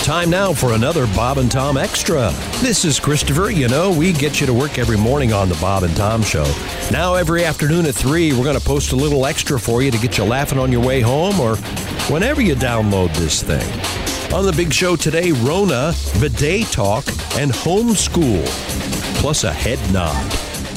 Time now for another Bob and Tom Extra. This is Christopher. You know, we get you to work every morning on the Bob and Tom Show. Now, every afternoon at 3, we're going to post a little extra for you to get you laughing on your way home or whenever you download this thing. On the big show today, Rona, bidet talk, and homeschool, plus a head nod.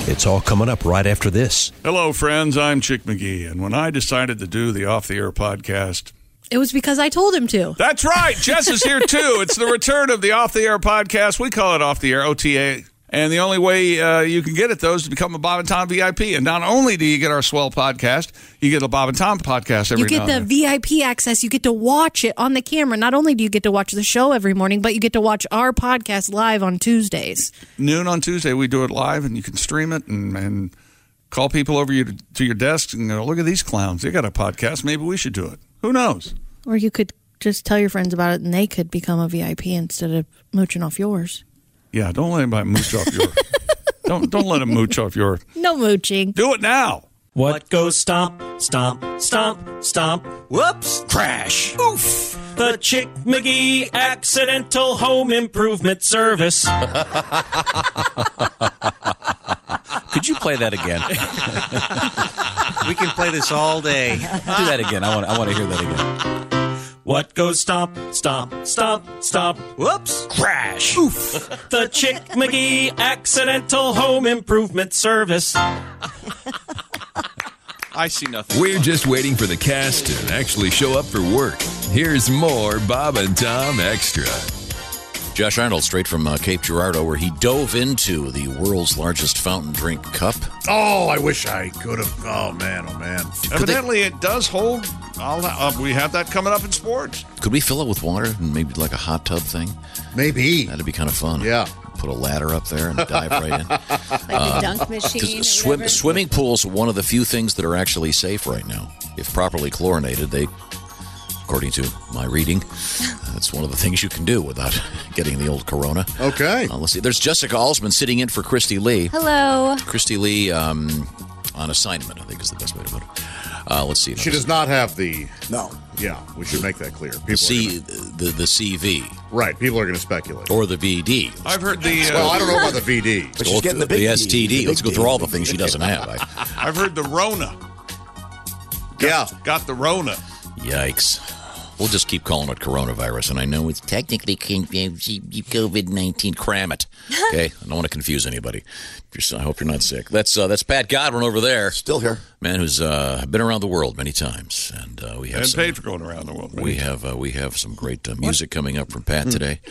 It's all coming up right after this. Hello, friends. I'm Chick McGee. And when I decided to do the Off the Air podcast, It was because I told him to. that's right. Jess is here too. It's the return of the Off the Air podcast. We call it Off the Air OTA. And the only way uh, you can get it, though, is to become a Bob and Tom VIP. And not only do you get our swell podcast, you get a Bob and Tom podcast every You now get and the then. VIP access. You get to watch it on the camera. Not only do you get to watch the show every morning, but you get to watch our podcast live on Tuesdays. noon on Tuesday. We do it live, and you can stream it and, and call people over you to, to your desk and go, look at these clowns. They got a podcast. Maybe we should do it. Who knows? Or you could just tell your friends about it and they could become a VIP instead of mooching off yours. Yeah, don't let anybody mooch off your. don't don't let them mooch off your. No mooching. Do it now. What goes stomp, stomp, stomp, stomp? Whoops! Crash! Oof! The Chick McGee Accidental Home Improvement Service. Could you play that again? Do We can play this all day. that again. I want. I want to hear that again. What goes stomp, stomp, stomp, stomp? Whoops! Crash! Oof! The Chick McGee Accidental Home Improvement Service. I see nothing. We're just waiting for the cast to actually show up for work. Here's more Bob and Tom Extra. Josh Arnold, straight from uh, Cape Girardeau, where he dove into the world's largest fountain drink cup. Oh, I wish I could have. Oh man, oh man. Evidently, it does hold. I'll, uh, we have that coming up in sports. Could we fill it with water and maybe like a hot tub thing? Maybe. That'd be kind of fun. Yeah. Put a ladder up there and dive right in. like the dunk machine. or 'Cause swim, whatever. swimming pools are one of the few things that are actually safe right now. If properly chlorinated, they, according to my reading, that's one of the things you can do without getting the old corona. Okay. Uh, let's see. There's Jessica Alsman sitting in for Christy Lee. Hello. Christy Lee um, on assignment, I think is the best way to put it. Uh, let's see. She does not have the. No. Yeah, we should make that clear. People the, are C, gonna- the, the CV right. People are going to speculate. or the VD. I've heard the. Uh, well, I don't know about the VD. Let's go through the, STD. Let's go through all the things she doesn't have. I, I've heard the Rona. yeah. Got the Rona. yikes. We'll just keep calling it coronavirus, and I know it's technically COVID nineteen. Cram it, okay? I don't want to confuse anybody. Just- I hope you're not sick. That's uh, that's Pat Godwin over there, Still here. man who's uh, been around the world many times, and uh, we have And some- paid for going around the world. We have uh, we have some great uh, music coming up from Hmm. Pat today.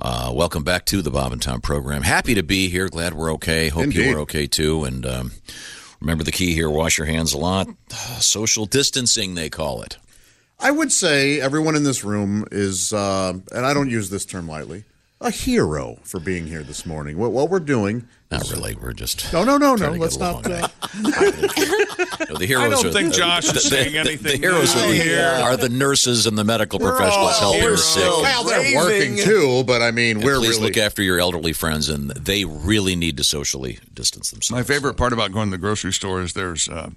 Uh, welcome back to the Bob and Tom program. Happy to be here. Glad we're okay. Hope you Indeed. are okay too. And um, remember the key here: wash your hands a lot. Social distancing, they call it. I would say everyone in this room is, uh, and I don't use this term lightly, a hero for being here this morning. What, what we're doing. Not really. We're just No, no, no, no. trying to get Let's along. not. Uh, No, the heroes. I don't are, think Josh is the, saying the- anything The heroes new are the, here. are the nurses and the medical professionals all helping the heroes. sick. well, they're working too, but I mean, And we're please really. look after your elderly friends, and they really need to socially distance My themselves. favorite part about going to the grocery store is there's uh,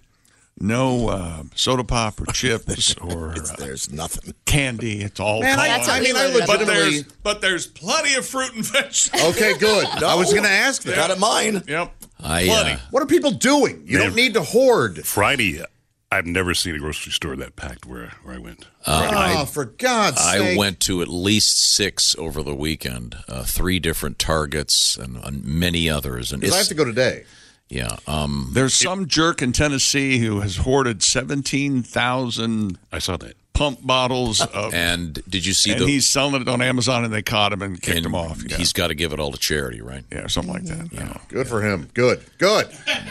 no uh, soda pop or chips or uh, There's nothing. candy. It's all. Man, I- colored. I mean, I Oh, but legitimately- there's but there's plenty of fruit and vegetables. Okay, good. I was going to ask that. Got it mine. Yep. I, Bloody. uh, What are people doing? You don't need to hoard. Friday, I've never seen a grocery store that packed where, where I went. oh, for God's sake. I went to at least six over the weekend, uh, three different targets, and, and many others. And 'Cause I it's- have to go today. yeah, um, There's some jerk in Tennessee who has hoarded 17,000 I saw that. pump bottles of. and did you see and the? he's selling it on Amazon, and they caught him and kicked and him off. Yeah, He's got to give it all to charity, right? yeah something like that. Yeah. Good for him. Good. Good.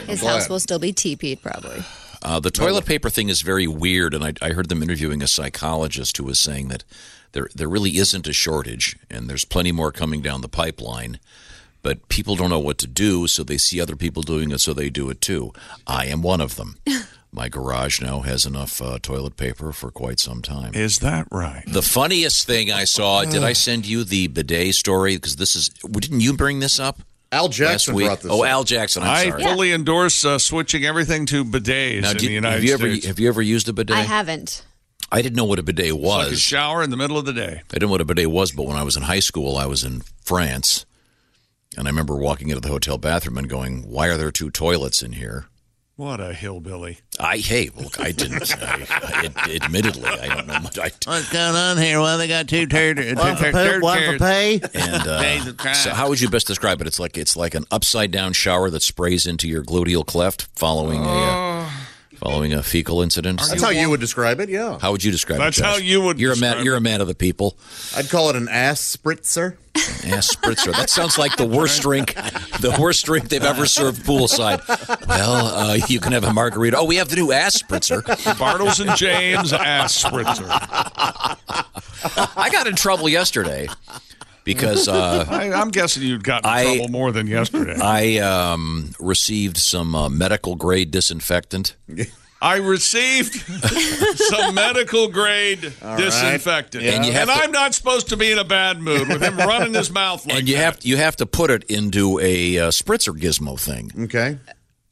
His glad. house will still be teepeed, probably. Uh, the toilet paper thing is very weird, and I, I heard them interviewing a psychologist who was saying that there there really isn't a shortage, and there's plenty more coming down the pipeline. But people don't know what to do, so they see other people doing it, so they do it too. I am one of them. My garage now has enough uh, toilet paper for quite some time. Is that right? The funniest thing I saw, did I send you the bidet story? Because this is, didn't you bring this up? Al last Jackson week? brought this Oh, up. Al Jackson. I'm I sorry. fully endorse uh, switching everything to bidets Now, in do you- the United have you ever e, States. have you ever used a bidet? I haven't. I didn't know what a bidet was. Like a shower in the middle of the day. I didn't know what a bidet was, but when I was in high school, I was in France, and I remember walking into the hotel bathroom and going, "Why are there two toilets in here?" What a hillbilly. I hey, look, I didn't. I, I, admittedly, I don't know much. I, What's going on here? Well, they got two turd. One two tur- for poop, turd one for turds. pay. And Days of uh, crime. so, how would you best describe it? It's like it's like an upside down shower that sprays into your gluteal cleft following a uh, following a fecal incident. That's how Oh. you would describe it, yeah. How would you describe That's it? how you would You're a describe man. You're a man of the people. I'd call it an ass spritzer. Ass spritzer. That sounds like the worst drink, the worst drink they've ever served poolside. Well, uh, you can have a margarita. Oh, we have the new ass spritzer. Bartles and James ass spritzer. I got in trouble yesterday because uh, I, I'm guessing you'd gotten in trouble more than yesterday. I um, received some uh, medical grade disinfectant. I received some medical grade All right. disinfectant, Yeah. And and, you have to- I'm not supposed to be in a bad mood with him running his mouth like and you have you have to put it into a uh, spritzer gizmo thing. Okay.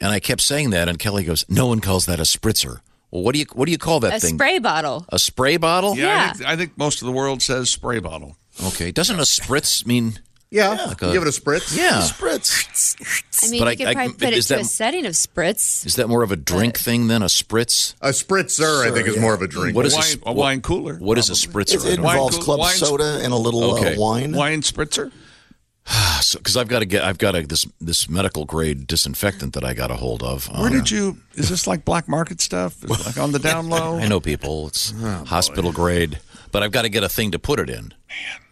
And I kept saying that, and Kelly goes, "No one calls that a spritzer. Well, what do you what do you call that a thing? spray bottle. a spray bottle? Yeah, I Yeah. think, I think most of the world says spray bottle. Okay, doesn't a spritz mean? Yeah, like give it a spritz. Yeah, spritz. I mean, you But I- could I- probably put it is to that- a setting of spritz. Is that more of a drink thing than a spritz? A spritzer, I think, is more of a drink. What is A a, wine- a wine cooler? What is a spritzer? It involves club soda and a little uh, wine. Wine spritzer. Because I've got to get, I've got a, this this medical grade disinfectant that I got a hold of. uh, Where did you? Is this like black market stuff? Is it like on the down low? I know people. It's hospital grade, but I've got to get a thing to put it in.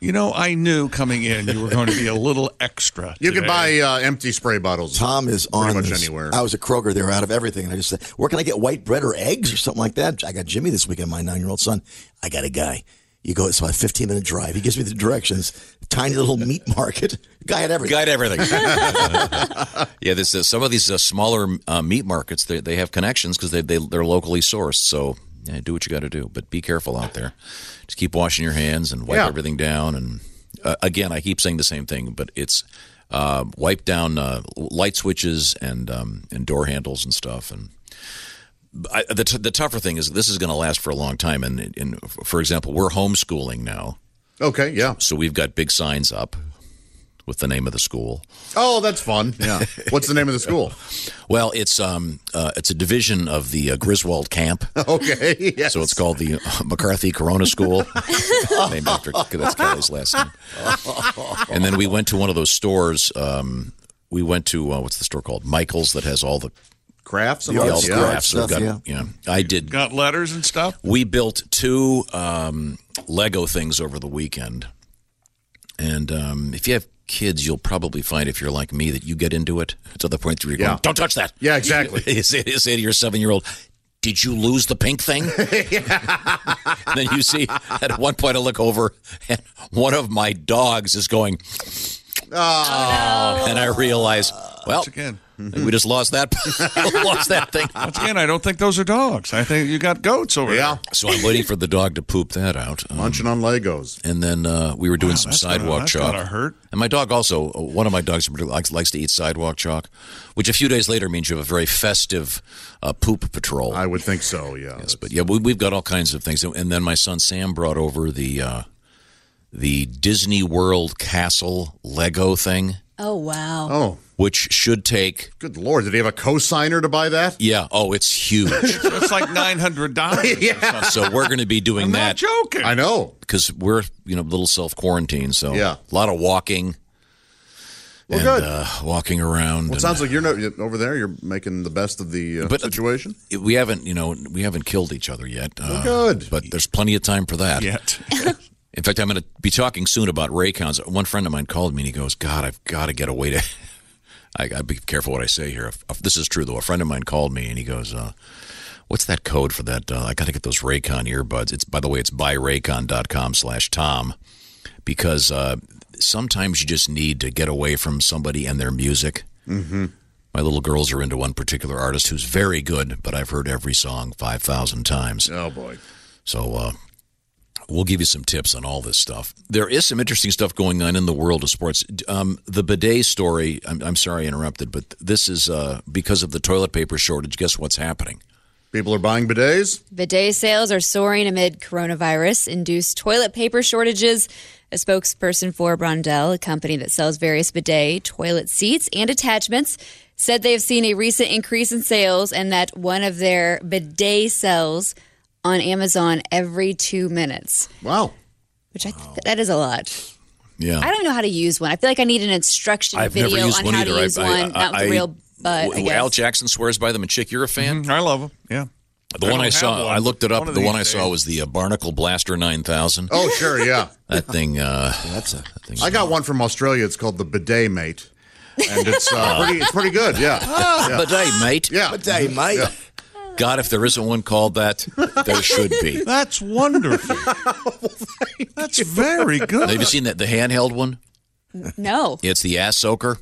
You know, I knew coming in you were going to be a little extra. You today. can buy uh, empty spray bottles. Tom is pretty on much this. anywhere. I was at Kroger. They were out of everything, and I just said, "Where can I get white bread or eggs or something like that?" I got Jimmy this weekend, my nine-year-old son. I got a guy. You go. It's about a fifteen-minute drive. He gives me the directions. Tiny little meat market. Guy had everything. Guide everything. yeah, this is, some of these uh, smaller uh, meat markets they, they have connections because they, they they're locally sourced. So yeah, do what you got to do, but be careful out there. Just keep washing your hands and wipe Yeah. everything down. And uh, again, I keep saying the same thing, but it's uh, wipe down uh, light switches and um, and door handles and stuff and. I, the, t- the tougher thing is this is going to last for a long time. And, and for example, we're homeschooling now. Okay, yeah. So we've got big signs up with the name of the school. Oh, that's fun. Yeah. What's the name of the school? Well, it's um, uh, it's a division of the uh, Griswold camp. Oh. Okay. Yes. So it's called the uh, McCarthy Corona School, named after that's Kelly's last name. And then we went to one of those stores. Um, we went to uh, what's the store called? Michael's that has all the crafts. and and all all the that crafts. stuff, We've Oh, yeah. got, yeah. I did got letters and stuff. we built two um, Lego things over the weekend. And um, if you have kids, you'll probably find, if you're like me, that you get into it to the point where you're Yeah. going, don't touch that. Yeah, exactly. You say, you say to your seven year old, did you lose the pink thing? And then you see, at one point, I look over and one of my dogs is going, Oh. and I realize, well, again. we just lost that, lost that thing. Once again, I don't think those are dogs. I think you got goats over yeah. So I'm waiting for the dog to poop that out. Munching on Legos. And then uh, we were doing some that's gotta- sidewalk that's chalk. gotta hurt. And my dog also, uh, one of my dogs in particular likes, likes to eat sidewalk chalk, which a few days later means you have a very festive uh, poop patrol. I would think so, yeah. Yes, but yeah, we, we've got all kinds of things. And then my son Sam brought over the uh, the Disney World Castle Lego thing, Oh wow. Oh. which should take. Good lord, did he have a cosigner to buy that? Yeah. Oh, it's huge. there. It's like nine hundred dollars. yeah. so we're going to be doing I'm that. not joking. I know. because we're you know little self quarantine, so Yeah. a lot of walking. Well, and, good. Uh, walking around. Well, it and- sounds like you're no, you're- over there. You're making the best of the uh, But- situation. It- we haven't you know we haven't killed each other yet. uh, good. but there's plenty of time for that. Yet. In fact, I'm going to be talking soon about Raycons. One friend of mine called me and he goes, "God, I've got to get away to." I got to be careful what I say here. If, if this is true though, a friend of mine called me and he goes, uh, "What's that code for that? Uh, I got to get those Raycon earbuds." It's by the way, it's buyraycon.com/tom because uh, sometimes you just need to get away from somebody and their music. Mm-hmm. My little girls are into one particular artist who's very good, but I've heard every song 5,000 times. Oh, boy. So uh, we'll give you some tips on all this stuff. There is some interesting stuff going on in the world of sports. D- Um, the bidet story, I'm, I'm sorry I interrupted, but this is uh, because of the toilet paper shortage. Guess what's happening? People are buying bidets. Bidet sales are soaring amid coronavirus induced toilet paper shortages. A spokesperson for Brondell, a company that sells various bidet, toilet seats, and attachments, said they have seen a recent increase in sales and that one of their bidet sells on Amazon every two minutes. Wow. Which I think that is a lot. Yeah. I don't know how to use one. I feel like I need an instruction I've video never used on one how either. to use I, one. Not with the real butt, I w- guess. Al Jackson swears by them, and Chick, you're a fan. I love them. Yeah. The I one don't I have saw, one. I looked it up. One of the these one I saw days. was the uh, Barnacle Blaster 9000. Oh, sure, yeah. That thing. Uh, that's a. I got one from Australia. It's called the Bidet Mate, and it's uh, Ah. pretty. It's pretty good. Yeah. yeah. Bidet, mate. Yeah. Bidet, mate. God, if there isn't one called that, there should be. That's wonderful. That's very good. Have you seen that the handheld one? No. It's the ass soaker.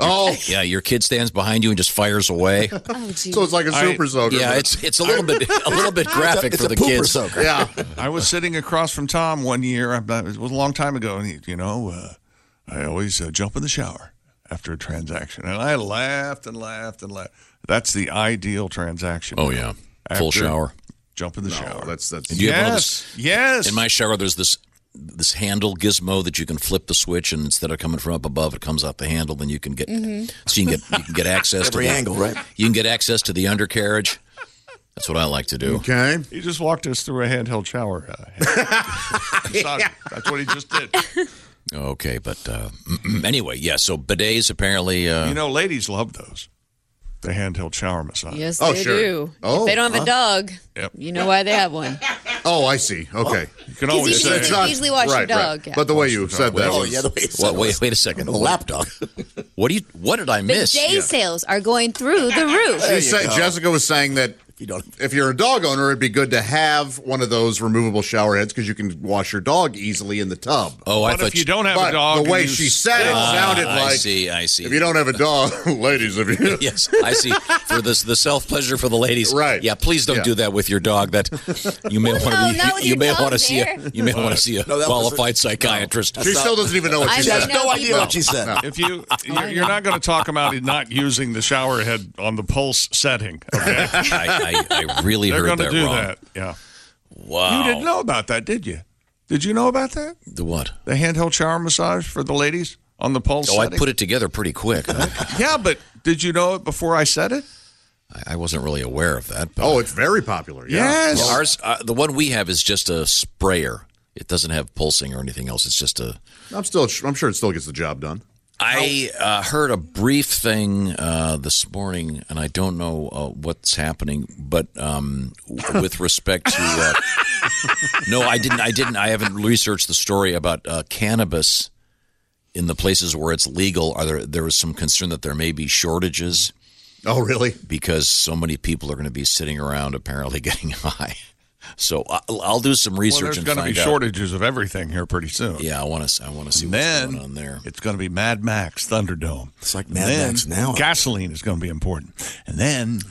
Oh, yeah. Your kid stands behind you and just fires away. Oh, geez. So it's like a I- super soaker. Yeah, but- it's it's a little bit a little bit graphic for the kids. Yeah. I was sitting across from Tom one year. I- It was a long time ago, and he, you know, uh, I always uh, jump in the shower after a transaction, and I laughed and laughed and laughed. That's the ideal transaction. Oh yeah, full After- shower. Jump in the shower. Oh, That's that's. Do you have one of yes, yes. In my shower, there's this this handle gizmo that you can flip the switch, and instead of coming from up above, it comes out the handle. Then you can get Mm-hmm. Mhm. so you can get you can get access Every to the, angle, right? You can get access to the undercarriage. That's what I like to do. Okay. He just walked us through a handheld shower. Uh, Sorry. That's what he just did. Okay, but uh, anyway, yeah. So bidets apparently. Uh, You know, ladies love those. The handheld shower massage. Yes, they do. Oh, if they don't huh? have a dog, Yep. you know why they have one. Oh, I see. Okay. You can 'Cause always usually- say- you can easily wash your right, right. dog, yeah. But the way you said that. Wait, was- wait, wait, wait a second. lapdog. What do you? What did I But miss? day sales are going through the roof. She said- Jessica was saying that if, you are a dog owner, it'd be good to have one of those removable shower heads because you can wash your dog easily in the tub. Oh, I But thought if you you- don't have a But dog The way and you she said it Ah, sounded I like. see, I see. If you don't have a dog, ladies, if you. yes, I see. For this, the self pleasure for the ladies, right? Yeah, please don't do Yeah. that with your dog. That you may want no, to Oh, not you, with you your may dog want to see a there. you may want to see a No, that was a- qualified psychiatrist. She still doesn't even know what she I said. know No idea what she said. If you, you're, you're not going to talk about it not using the shower head on the pulse setting. Okay, I, I, I really They're heard gonna that do wrong. that. Yeah. Wow. You didn't know about that, did you? Did you know about that? The what? The handheld shower massage for the ladies on the pulse. Oh, I setting? put it together pretty quick. I, Yeah, but did you know it before I said it? I wasn't really aware of that. But Oh, it's very popular. Yeah. Yes. Well, ours, uh, the one we have is just a sprayer. It doesn't have pulsing or anything else. It's just a. I'm still. I'm sure it still gets the job done. I uh, heard a brief thing uh, this morning, and I don't know uh, what's happening, but um, w- with respect to. Uh, no, I didn't. I didn't. I haven't researched the story about uh, cannabis in the places where it's legal. Are there? There was some concern that there may be shortages. Oh, really? Because so many people are going to be sitting around, apparently getting high. So I'll, I'll do some research well, there's and gonna find be out. shortages of everything here pretty soon. Yeah, I want to. I want to see what's Then going on there. it's going to be Mad Max Thunderdome. It's like Mad Max now. Gasoline is going to be important, and then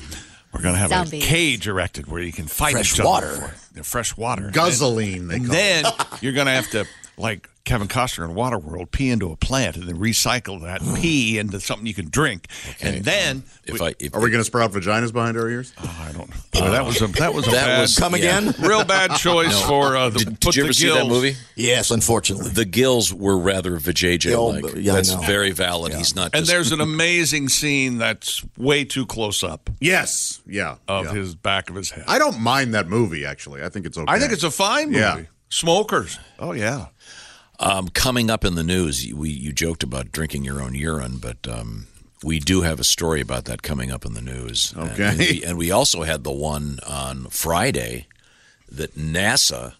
we're going to have Zombies. a cage erected where you can fight Fresh each other water. for it. Yeah, fresh water, Guzzling. And then, you're going to have to like Kevin Costner in Waterworld pee into a plant and then recycle that pee into something you can drink, and then Hmm. if I if Are we going to sprout vaginas behind our ears? I don't know. Oh, that was a that was a bad, yeah. Real bad choice No. for uh, the. Did, put did you the ever see that gills- movie? Yes, unfortunately. The gills were rather vajayjay like. yeah, I That's know. very valid. He's not. And just, there's an amazing scene that's way too close up. Yes. Yeah. Oh. Of yeah. his back of his head. I don't mind that movie. Actually, I think it's okay. I think it's a fine movie. Yeah. Smokers. Oh yeah. um, coming up in the news. you- We you joked about drinking your own urine, but um, we do have a story about that coming up in the news. Okay. And we, and we also had the one on Friday that NASA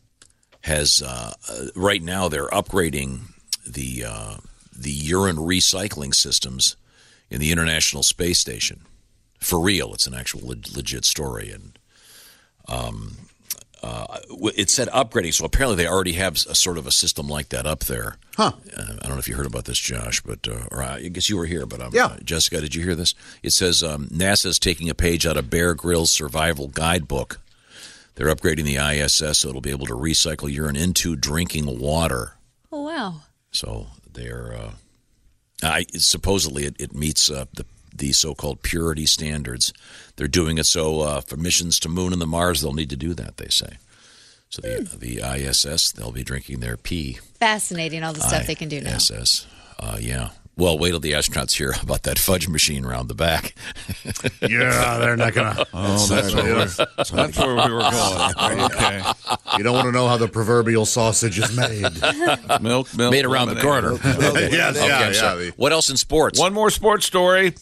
has uh, uh, right now. They're upgrading the uh, the urine recycling systems in the International Space Station. For real, it's an actual leg- legit story, and um, uh, w- it said upgrading. So apparently, they already have a sort of a system like that up there. Huh. Uh, I don't know if you heard about this, Josh, but uh, or I guess you were here. But um, Yeah. uh, Jessica, did you hear this? It says um, NASA is taking a page out of Bear Grylls' survival guidebook. They're upgrading the ISS so it'll be able to recycle urine into drinking water. Oh wow. So they're, uh, I supposedly it, it meets uh, the the so-called purity standards. They're doing it so uh, for missions to Moon and the Mars, they'll need to do that. They say. So the the ISS, they'll be drinking their pee. Fascinating, all the stuff they can do now. ISS, uh, yeah. Well, wait till the astronauts hear about that fudge machine round the back. Yeah, they're not gonna- Oh, that's what we're- that's where we were going. Okay. You don't want to know how the proverbial sausage is made. milk, milk, Made around the corner. Milk, milk, Okay. yeah, Okay, yeah, I'm sorry. yeah. What else in sports? One more sports story.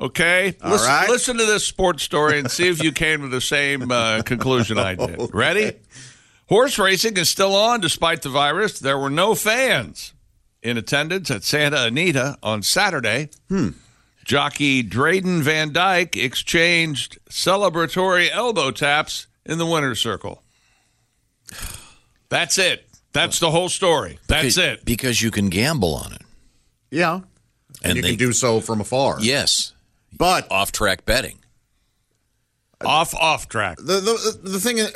Okay. All listen, right. listen to this sports story and see if you came to the same uh, conclusion I did. Ready? Horse racing is still on despite the virus. There were no fans in attendance at Santa Anita on Saturday. Hmm. Jockey Drayden Van Dyke exchanged celebratory elbow taps in the winner's circle. That's it. That's the whole story. That's it. Because you can gamble on it. Yeah. And, And you they- can do so from afar. Yes. But off track betting. Off off track. The the, the thing is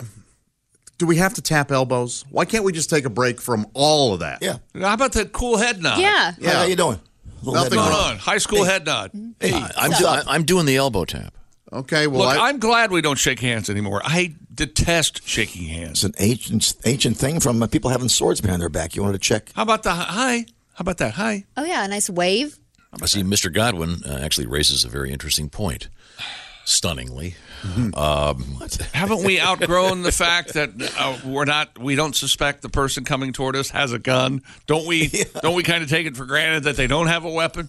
do we have to tap elbows? Why can't we just take a break from all of that? Yeah. How about that cool head nod? Yeah. Yeah. How you doing? Nothing going on. High school head nod. I'm, do- I- I'm doing the elbow tap. Okay, Look, I, am glad we don't shake hands anymore. I detest shaking It's hands. an ancient ancient thing from uh, people having swords behind their back. You wanted to check. How about the hi? How about that hi? Oh, yeah, a nice wave. I see Mr. Godwin uh, actually raises a very interesting point. Stunningly. Um, Haven't we outgrown the fact that uh, we're not? We don't suspect the person coming toward us has a gun. Don't we? Don't we kind of take it for granted that they don't have a weapon?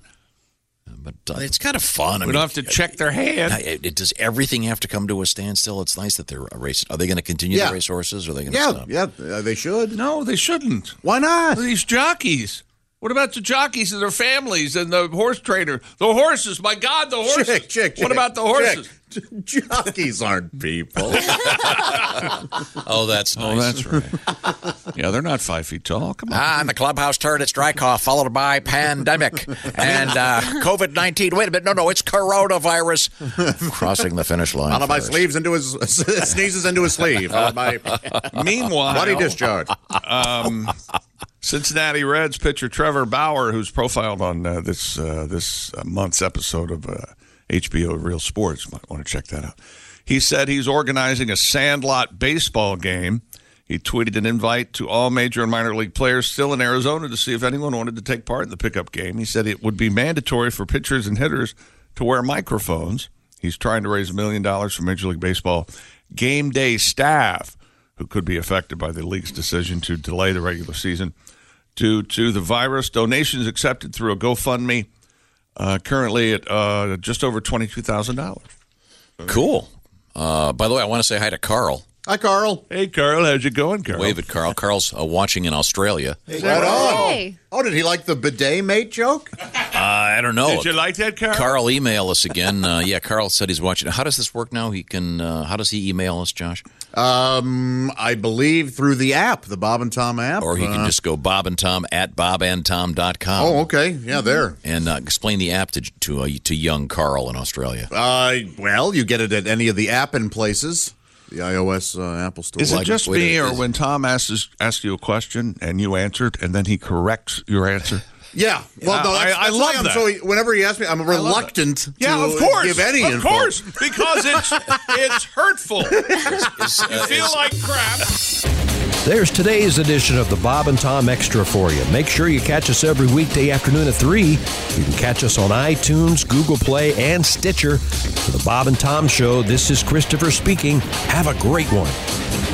But uh, it's kind of fun. We don't have to check their hand. I- It, it- does everything have to come to a standstill? It's nice that they're racing. Are they going to continue Yeah. to race horses? Or are they going to Yeah, stop? yeah, uh, they should. No, they shouldn't. Why not? These jockeys. What about the jockeys and their families and the horse trainer? The horses, my God, the horses. Chick, chick, what chick, about the horses? chick. Jockeys aren't people. Oh, that's nice. right. yeah, they're not five feet tall. Come Ah, and the clubhouse turd, it's dry cough, followed by pandemic and uh, COVID 19. Wait a minute. No, no, it's coronavirus. Crossing the finish line. Out of my first. sleeves into his sneezes into his sleeve. Out of my Meanwhile, bloody discharge. Um, Cincinnati Reds pitcher Trevor Bauer, who's profiled on uh, this uh, this uh, month's episode of uh, HBO Real Sports, might want to check that out. He said he's organizing a Sandlot baseball game. He tweeted an invite to all major and minor league players still in Arizona to see if anyone wanted to take part in the pickup game. He said it would be mandatory for pitchers and hitters to wear microphones. He's trying to raise a million dollars for Major League Baseball game day staff who could be affected by the league's decision to delay the regular season due to the virus. Donations accepted through a GoFundMe, uh, currently at uh, just over twenty-two thousand dollars. Cool. Uh, by the way, I want to say hi to Carl. Hi, Carl. Hey, Carl. How's it going, Carl? Wave at Carl. Carl's uh, watching in Australia. Right on. Oh, did he like the bidet mate joke? Uh, I don't know. Did you like that, Carl? Carl, email us again. Uh, yeah, Carl said he's watching. How does this work now? He can. Uh, how does he email us, Josh? Um, I believe through the app, the Bob and Tom app. Or he can Uh, just go Bob and Tom at bobandtom.com. Oh, okay. Yeah, there. And uh, explain the app to to, uh, to young Carl in Australia. Uh, well, you get it at any of the app in places, the iOS uh, Apple Store. Is it just me, or when Tom asks asks you a question and you answered, and then he corrects your answer? Yeah. Well, no, I- that's, I that's love why I'm that. So, whenever he asks me, I'm love that. reluctant. Yeah, to of course. Give any of info. course, because it's it's hurtful. you feel is- like crap. There's today's edition of the Bob and Tom Extra for you. Make sure you catch us every weekday afternoon at 3. You can catch us on iTunes, Google Play, and Stitcher. For the Bob and Tom Show, this is Christopher speaking. Have a great one.